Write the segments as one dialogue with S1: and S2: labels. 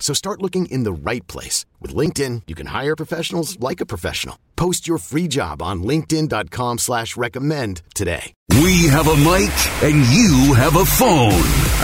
S1: So start looking in the right place. With LinkedIn, you can hire professionals like a professional. Post your free job on linkedin.com slash recommend today.
S2: We have a mic and you have a phone.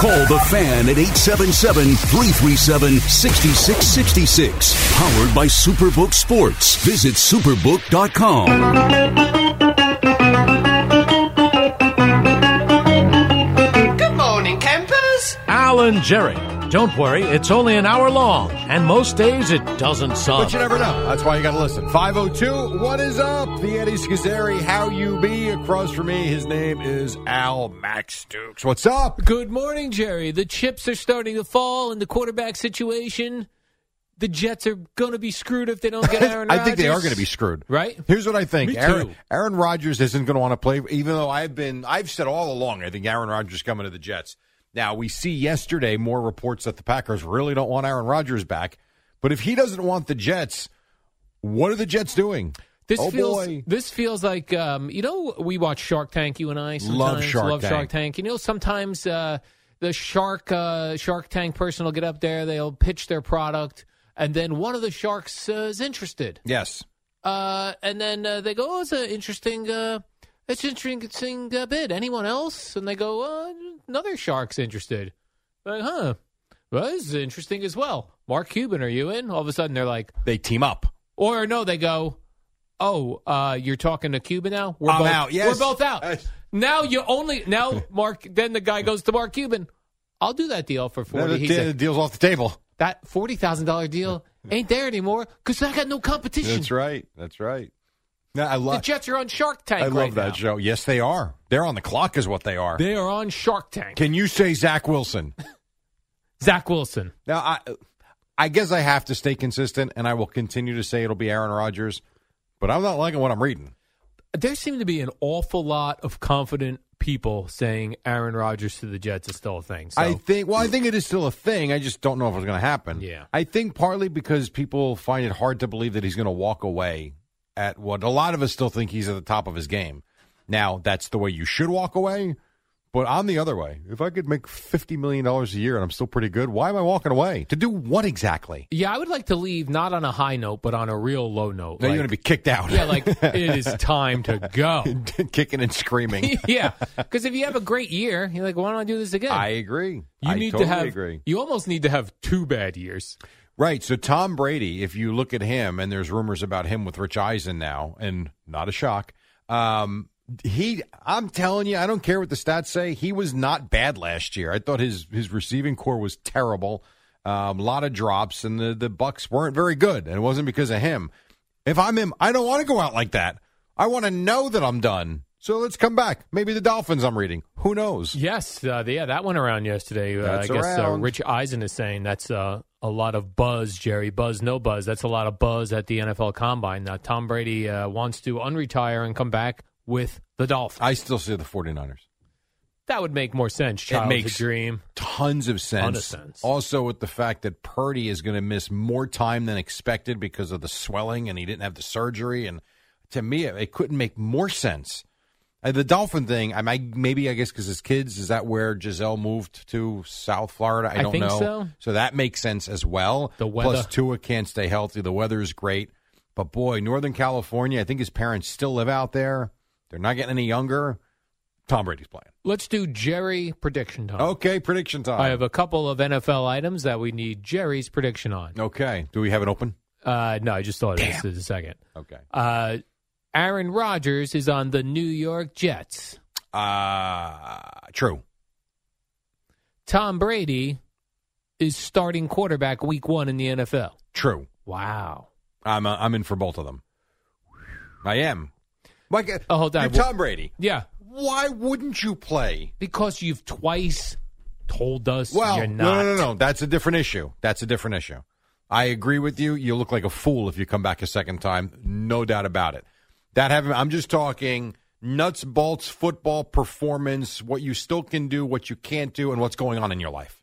S2: Call the fan at 877-337-6666. Powered by Superbook Sports. Visit superbook.com.
S3: Good morning, campers.
S4: Alan Jerry. Don't worry, it's only an hour long, and most days it doesn't suck.
S5: But you never know. That's why you got to listen. 502, what is up? The Eddie Schizzeri, how you be? Across from me, his name is Al Max Dukes. What's up?
S6: Good morning, Jerry. The chips are starting to fall in the quarterback situation. The Jets are going to be screwed if they don't get Aaron
S5: I think they are
S6: Rodgers.
S5: going to be screwed.
S6: Right?
S5: Here's what I think.
S6: Me too.
S5: Aaron, Aaron Rodgers isn't going to want to play, even though I've been, I've said all along, I think Aaron Rodgers is coming to the Jets. Now, we see yesterday more reports that the Packers really don't want Aaron Rodgers back. But if he doesn't want the Jets, what are the Jets doing?
S6: This
S5: oh,
S6: feels
S5: boy.
S6: this feels like um, you know we watch Shark Tank. You and I sometimes
S5: Love Shark
S6: love
S5: Tank.
S6: Shark Tank. You know sometimes uh, the shark uh, Shark Tank person will get up there. They'll pitch their product, and then one of the sharks uh, is interested.
S5: Yes.
S6: Uh, and then uh, they go, "Oh, it's an interesting, uh, it's an interesting uh, bid. Anyone else?" And they go, uh, "Another shark's interested." Like, huh? Well, this is interesting as well. Mark Cuban, are you in? All of a sudden, they're like,
S5: They team up.
S6: or no, they go, "Oh, uh, you're talking to Cuban now? We're
S5: I'm
S6: both
S5: out, yes.
S6: we're both out."
S5: Yes.
S6: Now you only now Mark. Then the guy goes to Mark Cuban. I'll do that deal for
S5: No,
S6: forty.
S5: the,
S6: He's
S5: the
S6: like,
S5: deal's off the table.
S6: that forty thousand dollar deal ain't there anymore because I got no competition.
S5: That's right. That's right. No, I
S6: The
S5: love.
S6: Jets are on Shark Tank.
S5: I love
S6: right
S5: that
S6: now.
S5: show. Yes, they are. They're on the clock, is what they are.
S6: They are on Shark Tank.
S5: Can you say Zach Wilson?
S6: Zach Wilson.
S5: now, I, I guess I have to stay consistent, and I will continue to say it'll be Aaron Rodgers. But I'm not liking what I'm reading.
S6: There seem to be an awful lot of confident people saying Aaron Rodgers to the Jets is still a thing. So
S5: I think. Well, I think it is still a thing. I just don't know if it's going to happen.
S6: Yeah.
S5: I think partly because people find it hard to believe that he's going to walk away at what a lot of us still think he's at the top of his game. Now that's the way you should walk away. But I'm the other way. If I could make fifty million dollars a year and I'm still pretty good, why am I walking away? To do what exactly?
S6: yeah, I would like to leave not on a high note, but on a real low note.
S5: Now
S6: Like,
S5: you're going to be kicked out.
S6: yeah, like it is time to go.
S5: kicking and screaming.
S6: yeah, because if you have a great year, you're like, why don't I do this again?
S5: I agree.
S6: you
S5: I
S6: need
S5: totally
S6: to have.
S5: agree.
S6: You almost need to have two bad years.
S5: Right. So Tom Brady, if you look at him, and there's rumors about him with Rich Eisen now, and not a shock. Um, he, I'm telling you, I don't care what the stats say. He was not bad last year. I thought his his receiving core was terrible. A lot of drops, and the the Bucks weren't very good. And it wasn't because of him. If I'm him, I don't want to go out like that. I want to know that I'm done. So let's come back. Maybe the Dolphins. I'm reading. Who knows?
S6: Yes, uh, the- yeah, that went around yesterday. Uh, I
S5: That's
S6: guess uh,
S5: around.
S6: Rich Eisen is saying that's uh, a lot of buzz, Jerry. Buzz, no buzz. That's a lot of buzz at the NFL Combine. Now, Tom Brady uh, wants to unretire and come back with the Dolphins.
S5: I still see the 49ers.
S6: that would make more sense. Childhood
S5: makes-
S6: dream.
S5: tons of sense.
S6: Ton of sense.
S5: Also, with the fact that Purdy is going to miss more time than expected because of the swelling, and he didn't have the surgery, and to me, it, it couldn't make more sense. Uh, the dolphin thing, I might maybe I guess because his kids is that where Giselle moved to South Florida. I,
S6: I
S5: don't
S6: think
S5: know,
S6: so.
S5: that makes sense as well.
S6: The
S5: plus
S6: weather.
S5: Tua can't stay healthy. The weather is great, but boy, Northern California. I think his parents still live out there. They're not getting any younger. Tom Brady's playing.
S6: Let's do Jerry prediction time.
S5: Okay, prediction time.
S6: Oh. I have a couple of NFL items that we need Jerry's prediction on.
S5: Okay. Do we have it open?
S6: Uh, no, I just thought of this as a second.
S5: Okay.
S6: Uh, Aaron Rodgers is on the New York Jets.
S5: Uh, true.
S6: Tom Brady is starting quarterback week one in the NFL.
S5: True.
S6: Wow.
S5: I'm uh, I'm in for both of them. I am. Like, uh,
S6: Oh, hold on.
S5: you're Tom Brady.
S6: Yeah.
S5: Why wouldn't you play?
S6: Because you've twice told us
S5: Well,
S6: you're not.
S5: no, no, no, no. That's a different issue. That's a different issue. I agree with you. You look like a fool if you come back a second time. No doubt about it. That having, I'm just talking nuts, bolts, football performance, what you still can do, what you can't do, and what's going on in your life.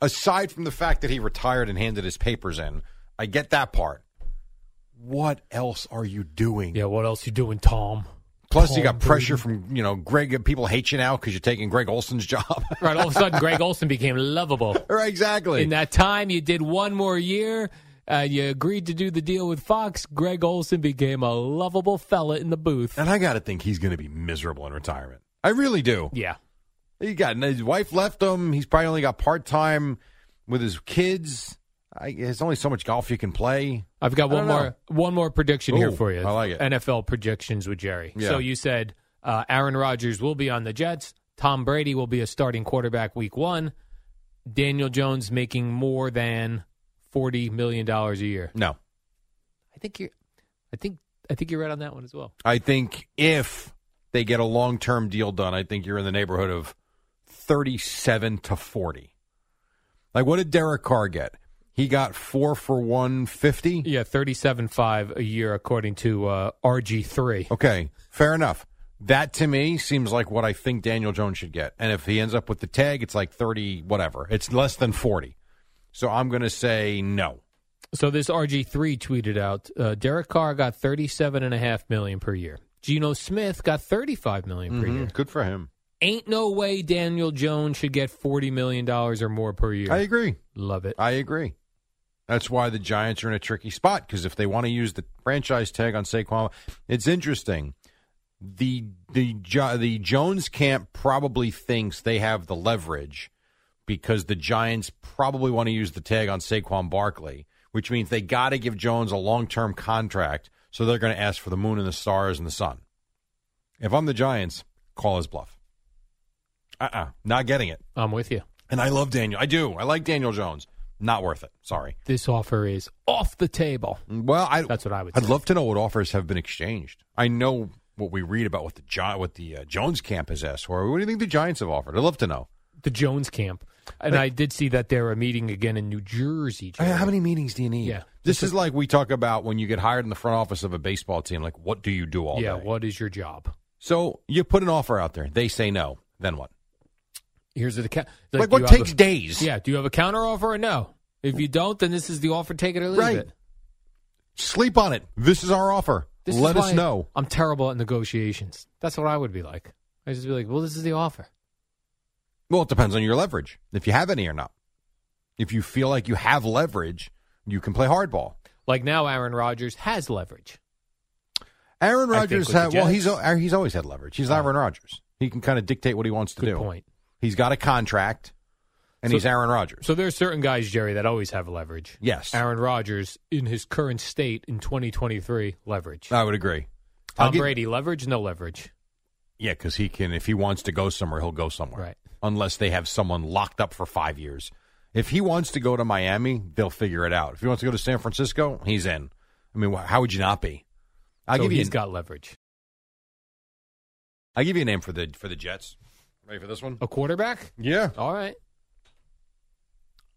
S5: Aside from the fact that he retired and handed his papers in, I get that part. What else are you doing?
S6: Yeah, what else you doing, Tom?
S5: Plus, you
S6: Tom
S5: got pressure from you know Greg. People hate you now because you're taking Greg Olson's job.
S6: Right, all of a sudden, Greg Olson became lovable.
S5: right, exactly.
S6: In that time, you did one more year. Uh, you agreed to do the deal with Fox. Greg Olson became a lovable fella in the booth.
S5: And I got to think he's going to be miserable in retirement. I really do.
S6: Yeah.
S5: He got his wife left him. He's probably only got part time with his kids. I, there's only so much golf you can play.
S6: I've got
S5: I
S6: one
S5: don't
S6: more one more prediction here
S5: Ooh,
S6: for you.
S5: I like it.
S6: NFL predictions with Jerry.
S5: Yeah.
S6: So you said uh, Aaron Rodgers will be on the Jets. Tom Brady will be a starting quarterback week one. Daniel Jones making more than forty million dollars a year.
S5: No,
S6: I think you're. I think I think you're right on that one as well.
S5: I think if they get a long term deal done, I think you're in the neighborhood of thirty seven to forty. Like what did Derek Carr get? He got four for one fifty.
S6: Yeah, thirty-seven five a year according to uh, RG three.
S5: Okay, fair enough. That to me seems like what I think Daniel Jones should get. And if he ends up with the tag, it's like 30, whatever. It's less than 40. So I'm going to say no.
S6: So this RG three tweeted out: uh, Derek Carr got thirty-seven and a half million per year. Geno Smith got thirty-five million per year.
S5: Mm-hmm. Good for him.
S6: Ain't no way Daniel Jones should get forty million dollars or more per year.
S5: I agree.
S6: Love it.
S5: I agree. That's why the Giants are in a tricky spot because if they want to use the franchise tag on Saquon, it's interesting. The the Jo- the Jones camp probably thinks they have the leverage because the Giants probably want to use the tag on Saquon Barkley, which means they got to give Jones a long term contract, so they're going to ask for the moon and the stars and the sun. If I'm the Giants, call his bluff. Uh uh-uh, uh, not getting it.
S6: I'm with you.
S5: And I love Daniel. I do. I like Daniel Jones. Not worth it. Sorry.
S6: This offer is off the table.
S5: Well, I,
S6: That's what I would
S5: I'd
S6: say.
S5: love to know what offers have been exchanged. I know what we read about what the Gi- what the uh, Jones camp has asked for. What do you think the Giants have offered? I'd love to know.
S6: The Jones camp, and I did see that they're a meeting again in New Jersey.
S5: I
S6: Jerry.
S5: mean, Uh, How many meetings do you need?
S6: Yeah.
S5: This is like we talk about when you get hired in the front office of a baseball team. Like, what do you do all
S6: Yeah.
S5: day?
S6: What is your job?
S5: So you put an offer out there. They say no. Then what?
S6: Here's the ca-
S5: Like,
S6: do
S5: what
S6: you have
S5: takes
S6: a-
S5: days?
S6: Yeah. Do you have a counter offer or no? If you don't, then this is the offer. Take it or leave
S5: Right.
S6: it.
S5: Sleep on it. This is our offer.
S6: This is
S5: Let us
S6: why
S5: know.
S6: I'm terrible at negotiations. That's what I would be like. I just be like, well, this is the offer.
S5: Well, it depends on your leverage, if you have any or not. If you feel like you have leverage, you can play hardball.
S6: Like now, Aaron Rodgers has leverage.
S5: Aaron
S6: I think
S5: Rodgers
S6: with the
S5: had well, he's
S6: Jets-
S5: al- he's always had leverage. He's Aaron Rodgers. He can kind of dictate what he wants to
S6: Good
S5: do.
S6: point.
S5: He's got a contract, and
S6: So-
S5: he's Aaron Rodgers.
S6: So there are certain guys, Jerry, that always have leverage.
S5: yes,
S6: Aaron Rodgers, in his current state in 2023, leverage.
S5: I would agree. Uh, I'll
S6: Tom
S5: give-
S6: Brady, leverage, no leverage.
S5: yeah, because he can if he wants to go somewhere, he'll go somewhere.
S6: Right.
S5: Unless they have someone locked up for five years. If he wants to go to Miami, they'll figure it out. If he wants to go to San Francisco, he's in. I mean, wh- how would you not be? I'll
S6: so
S5: give you
S6: he's
S5: an-
S6: got leverage.
S5: I give you a name for the for the Jets. Ready for this one?
S6: A quarterback?
S5: Yeah,
S6: All right.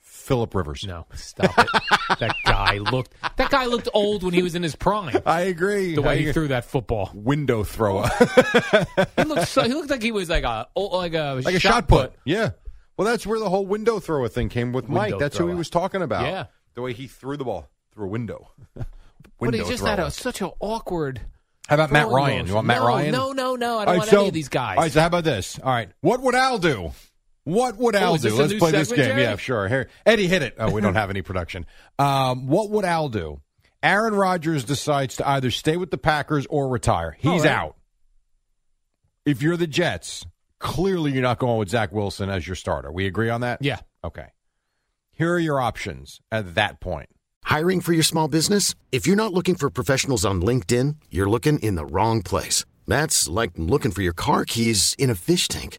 S5: Philip Rivers.
S6: No, stop it. that guy looked. That guy looked old when he was in his prime.
S5: I agree.
S6: The
S5: I
S6: way he
S5: agree.
S6: threw that football.
S5: window thrower,
S6: He looked. So, he looked like he was like a old- like a
S5: like a shot put. Yeah. Well, that's where the whole window thrower thing came with Mike.
S6: Window
S5: That's who he
S6: thrower.
S5: was talking about.
S6: Yeah.
S5: The way he threw the ball through a window.
S6: But he
S5: Window
S6: just had
S5: thrower.
S6: a, such an awkward.
S5: How about Matt
S6: throwing
S5: Ryan?
S6: motion.
S5: You want Matt
S6: No,
S5: Ryan?
S6: No, no, no. I
S5: All
S6: don't
S5: right,
S6: want
S5: so-
S6: any of these guys.
S5: All right, so how about this? All right, what would Al do? What would Al
S6: Oh, is
S5: do?
S6: this a
S5: Let's
S6: new
S5: play this
S6: segment,
S5: game.
S6: Jerry?
S5: Yeah, sure. Here, Eddie, hit it. Oh, we don't have any production. Um, what would Al do? Aaron Rodgers decides to either stay with the Packers or retire. He's
S6: right.
S5: out. If you're the Jets, clearly you're not going with Zach Wilson as your starter. We agree on that?
S6: Yeah.
S5: Okay. Here are your options at that point.
S1: Hiring for your small business? If you're not looking for professionals on LinkedIn, you're looking in the wrong place. That's like looking for your car keys in a fish tank.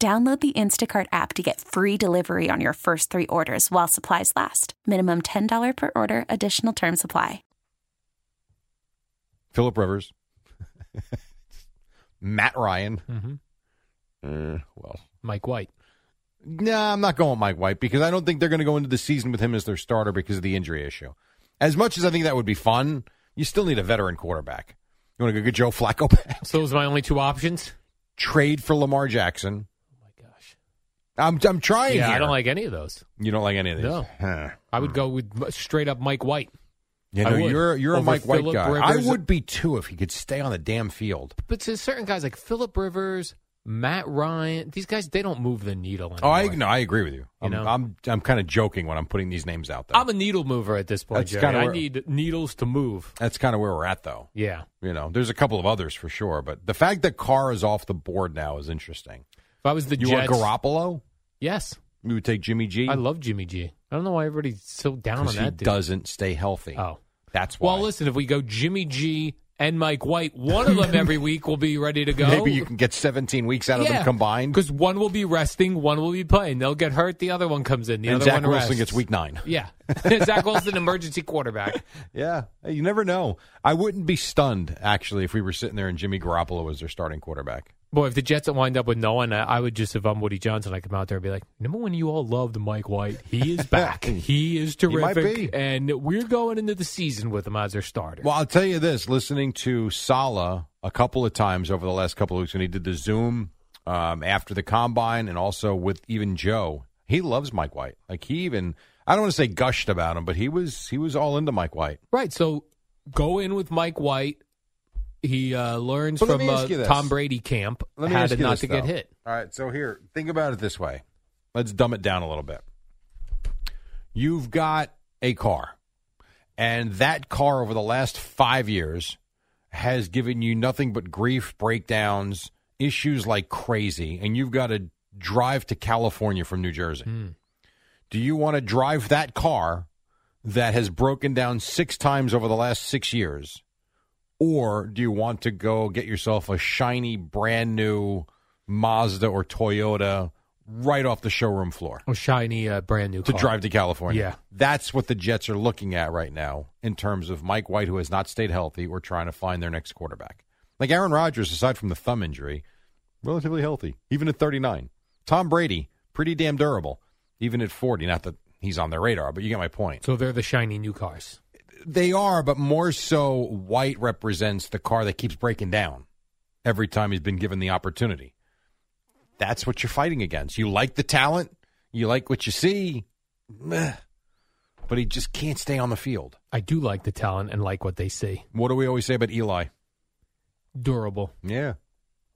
S7: Download the Instacart app to get free delivery on your first three orders while supplies last. Minimum $10 per order, additional term supply.
S5: Philip Rivers, Matt Ryan.
S6: Mhm. Mm-hmm.
S5: Uh, well,
S6: Mike White.
S5: nah, I'm not going with Mike White because I don't think they're going to go into the season with him as their starter because of the injury issue. As much as I think that would be fun, you still need a veteran quarterback. You want to go get Joe Flacco back?
S6: So those are my only two options.
S5: Trade for Lamar Jackson.
S6: Oh my gosh.
S5: I'm I'm trying.
S6: Yeah, I
S5: here.
S6: don't like any of those.
S5: You don't like any of these.
S6: No.
S5: Huh.
S6: I would go with m- straight up Mike White.
S5: You
S6: I
S5: know,
S6: would.
S5: you're you're a
S6: Over
S5: Mike White
S6: Phillip
S5: guy.
S6: Rivers.
S5: I would be too if he could stay on the damn field.
S6: But to certain guys like Philip Rivers, Matt Ryan, these guys they don't move the needle.
S5: Oh,
S6: Anymore.
S5: I no, I agree with you. I'm
S6: know?
S5: I'm, I'm kind of joking when I'm putting these names out there.
S6: I'm a needle mover at this point.
S5: That's
S6: Jerry.
S5: kinda
S6: I
S5: where-
S6: need needles to move.
S5: That's kind of where we're at, though.
S6: Yeah.
S5: You know, there's a couple of others for sure, but the fact that Carr is off the board now is interesting.
S6: If I was the
S5: You
S6: Jets,
S5: want Garoppolo?
S6: yes,
S5: You would take Jimmy G.
S6: I love Jimmy G. I don't know why everybody's so down on
S5: because he
S6: that. dude.
S5: doesn't stay healthy.
S6: Oh,
S5: That's why.
S6: well, listen. If we go Jimmy G and Mike White, one of them every week will be ready to go.
S5: maybe you can get 17 weeks out of them combined.
S6: because one will be resting, one will be playing. They'll get hurt. The other one comes in. The
S5: and
S6: other
S5: Zach
S6: one
S5: Wilson
S6: rests.
S5: gets week nine.
S6: Yeah, Zach Wilson, emergency quarterback.
S5: Yeah, you never know. I wouldn't be stunned actually if we were sitting there and Jimmy Garoppolo was their starting quarterback.
S6: Boy, if the Jets don't wind up with no one, I, I would just, if I'm Woody Johnson, I come out there and be like, remember when you all loved Mike White? He is back. he is
S5: might
S6: terrific.
S5: be.
S6: And we're going into the season with him as their starter.
S5: Well, I'll tell you this: listening to Sala a couple of times over the last couple of weeks when he did the Zoom um, after the combine, and also with even Joe, he loves Mike White. Like he even I don't want to say gushed about him, but he was he was all into Mike White.
S6: right. So go in with Mike White. He uh, learns
S5: But let
S6: from
S5: me ask
S6: uh,
S5: you this.
S6: Tom Brady camp
S5: Let me
S6: how
S5: ask
S6: to
S5: you
S6: not
S5: this,
S6: to get
S5: though.
S6: hit.
S5: All right, so here, think about it this way. Let's dumb it down a little bit. You've got a car, and that car over the last five years has given you nothing but grief, breakdowns, issues like crazy, and you've got to drive to California from New Jersey.
S6: Hmm.
S5: Do you want to drive that car that has broken down six times over the last six years? Or do you want to go get yourself a shiny, brand new Mazda or Toyota right off the showroom floor
S6: A shiny, uh, brand new
S5: to
S6: car.
S5: drive to California?
S6: Yeah.
S5: That's what the Jets are looking at right now in terms of Mike White, who has not stayed healthy, or trying to find their next quarterback. Like Aaron Rodgers, aside from the thumb injury, relatively healthy, even at 39. Tom Brady, pretty damn durable, even at 40. Not that he's on their radar, but you get my point.
S6: So they're the shiny new cars.
S5: They are, but more so, White represents the car that keeps breaking down every time he's been given the opportunity. That's what you're fighting against. You like the talent, you like what you see, meh, but he just can't stay on the field.
S6: I do like the talent and like what they see.
S5: What do we always say about Eli?
S6: Durable,
S5: Yeah,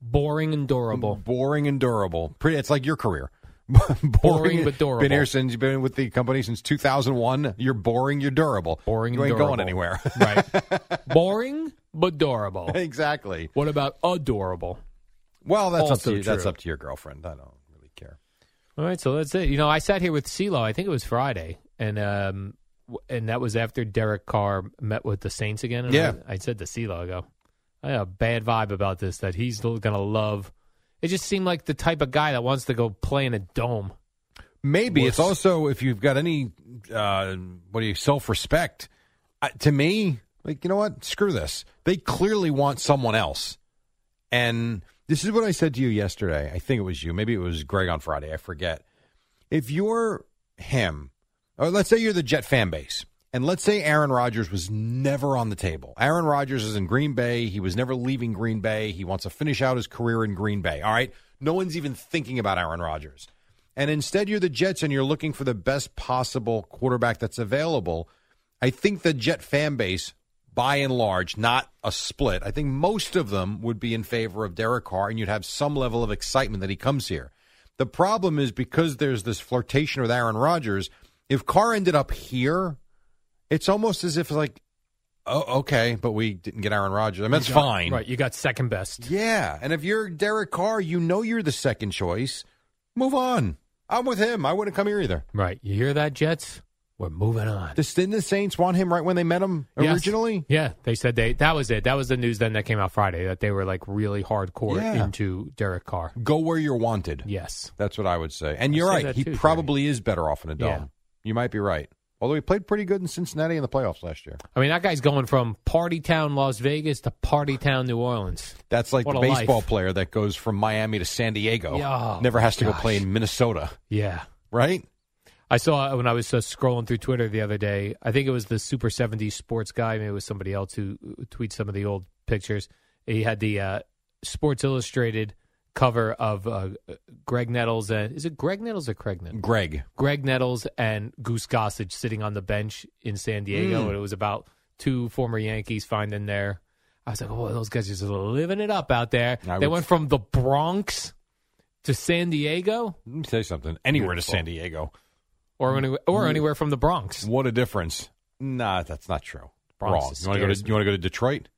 S6: boring and durable.
S5: boring and durable. Pretty, it's like your career.
S6: Boring but durable.
S5: Been here since you've been with the company since 2001. You're boring. You're durable.
S6: Boring
S5: You
S6: and
S5: ain't going
S6: durable.
S5: anywhere. Mm.
S6: right. Boring but durable.
S5: exactly.
S6: What about adorable?
S5: Well, that's up
S6: Also
S5: to you. that's
S6: true.
S5: up to your girlfriend. I don't really care.
S6: All right, so that's it. You know, I sat here with CeeLo, I think it was Friday, and um w- and that was after Derek Carr met with the Saints again. And
S5: Yeah.
S6: I, I said to CeeLo, I go, I have a bad vibe about this that he's going to love. It just seemed like the type of guy that wants to go play in a dome.
S5: Maybe it's
S6: Wuss.
S5: also if you've got any uh, what do you self respect. Uh, to me, like you know what, screw this. They clearly want someone else, and this is what I said to you yesterday. I think it was you. Maybe it was Greg on Friday. I forget. If you're him, or let's say you're the Jet fan base, And let's say Aaron Rodgers was never on the table. Aaron Rodgers is in Green Bay. He was never leaving Green Bay. He wants to finish out his career in Green Bay. All right. No one's even thinking about Aaron Rodgers. And instead, you're the Jets and you're looking for the best possible quarterback that's available. I think the Jet fan base, by and large, not a split, I think most of them would be in favor of Derek Carr and you'd have some level of excitement that he comes here. The problem is because there's this flirtation with Aaron Rodgers, if Carr ended up here, it's almost as if like, oh, okay, but we didn't get Aaron Rodgers. I mean, that's
S6: You got-
S5: fine.
S6: Right, you got second best.
S5: Yeah. And if you're Derek Carr, you know you're the second choice. Move on. I'm with him. I wouldn't come here either.
S6: Right, you hear that, Jets? We're moving on.
S5: Just Didn't the Saints want him right when they met him
S6: Yes.
S5: originally?
S6: Yeah, they said they that was it. That was the news then that came out Friday that they were like really hardcore
S5: Yeah.
S6: into Derek Carr.
S5: Go where you're wanted.
S6: Yes.
S5: That's what I would say. And
S6: I
S5: you're
S6: say
S5: right.
S6: that
S5: He
S6: too,
S5: probably is better off in a dome.
S6: Yeah.
S5: You might be right. Although he played pretty good in Cincinnati in the playoffs last year.
S6: I mean, that guy's going from party town Las Vegas to party town New Orleans.
S5: That's like
S6: What
S5: the
S6: a
S5: baseball
S6: life.
S5: player that goes from Miami to San Diego.
S6: Yeah.
S5: Never has to go
S6: Gosh.
S5: play in Minnesota,
S6: Yeah.
S5: right?
S6: I saw when I was uh, scrolling through Twitter the other day. I think it was the Super 70s sports guy. Maybe it was somebody else who tweets some of the old pictures. He had the uh, Sports Illustrated cover of uh, Greg Nettles. And, is it Greg Nettles or Craig Nettles?
S5: Greg.
S6: Greg Nettles and Goose Gossage sitting on the bench in San Diego,
S5: Mm.
S6: and it was about two former Yankees finding their. I was like, oh, those guys are just living it up out there.
S5: I
S6: they
S5: would-
S6: went from the Bronx to San Diego,
S5: Let me tell you something. Anywhere
S6: Beautiful.
S5: to San Diego.
S6: or any,
S5: Mm.
S6: or anywhere from the Bronx
S5: What a difference. Nah, that's not true.
S6: Bronx
S5: Wrong.
S6: is
S5: You want to go to
S6: scary.
S5: you want to go to Detroit?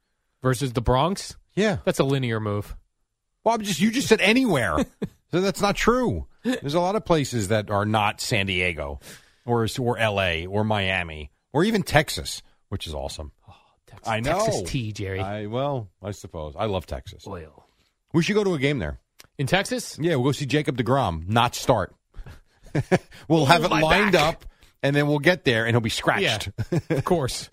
S6: versus the Bronx.
S5: Yeah.
S6: That's a linear move.
S5: Well, I'm just you just said anywhere. so that's not true. There's a lot of places that are not San Diego or or LA or Miami or even Texas, which is awesome.
S6: Texas,
S5: I know.
S6: Oh, Texas tea, Jerry.
S5: I well, I suppose. I love Texas.
S6: Oil
S5: We should go to a game there.
S6: in Texas.
S5: Yeah, we'll go see Jacob DeGrom not start. we'll have it
S6: my
S5: lined
S6: back.
S5: up and then we'll get there and he'll be
S6: Yeah,
S5: scratched.
S6: of course.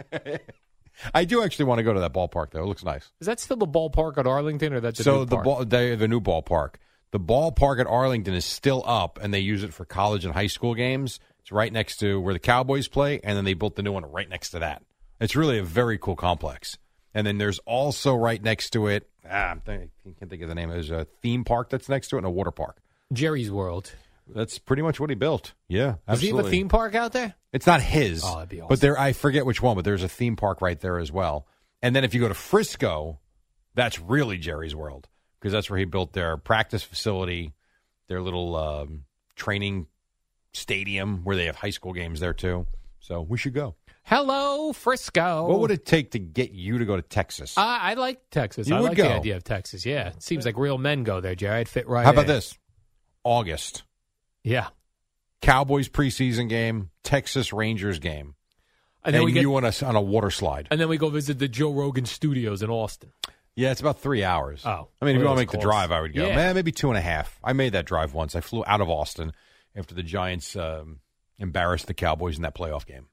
S5: I do actually want to go to that ballpark though. It looks nice.
S6: Is that still the ballpark at Arlington, or that's a
S5: so
S6: new
S5: the
S6: park?
S5: ball, they, the new ballpark, the ballpark at Arlington is still up, and they use it for college and high school games. It's right next to where the Cowboys play, and then they built the new one right next to that. It's really a very cool complex. And then there's also right next to it. Ah, I'm thinking, I can't think of the name. There's a theme park that's next to it and a water park.
S6: Jerry's World.
S5: That's pretty much what he built. Yeah,
S6: Does he have a
S5: absolutely.
S6: theme park out there?
S5: It's not his.
S6: Oh, that'd be awesome.
S5: But there, I forget which one, but there's a theme park right there as well. And then if you go to Frisco, that's really Jerry's World because that's where he built their practice facility, their little um, training stadium where they have high school games there too. So we should go.
S6: Hello, Frisco.
S5: What would it take to get you to go to Texas?
S6: I, I like Texas.
S5: You
S6: I
S5: would
S6: like
S5: go.
S6: the idea of Texas. Yeah, it seems like real men go there, Jerry. I'd fit right.
S5: How about
S6: in.
S5: this? August
S6: Yeah,
S5: Cowboys preseason game, Texas Rangers game,
S6: and then we get,
S5: you on a on a water slide.
S6: and then we go visit the Joe Rogan studios in Austin.
S5: Yeah, it's about three hours.
S6: Oh.
S5: I mean, if you want
S6: Well,
S5: to
S6: that's
S5: make the
S6: close.
S5: drive, I would go.
S6: Yeah.
S5: Man, maybe two and a half. I made that drive once. I flew out of Austin after the Giants um, embarrassed the Cowboys in that playoff game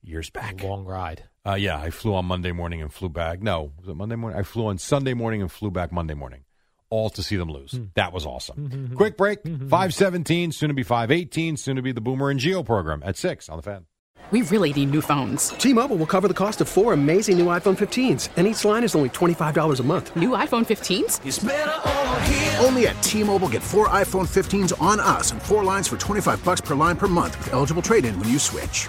S5: years back.
S6: Hmm. Long ride.
S5: Uh, yeah, I flew on Monday morning and flew back. No, was it Monday morning? I flew on Sunday morning and flew back Monday morning, all to see them lose.
S6: Hmm.
S5: That was awesome.
S6: Mm-hmm.
S5: Quick break. Five seventeen. Soon to be five eighteen. Soon to be the Boomer and Geo program at six on the fan.
S8: We really need new phones.
S9: T-Mobile will cover the cost of four amazing new iPhone 15s, and each line is only $25 a month.
S8: New iPhone 15s?
S10: Only at T-Mobile get four iPhone 15s on us and four lines for 25 bucks per line per month with eligible trade-in when you switch.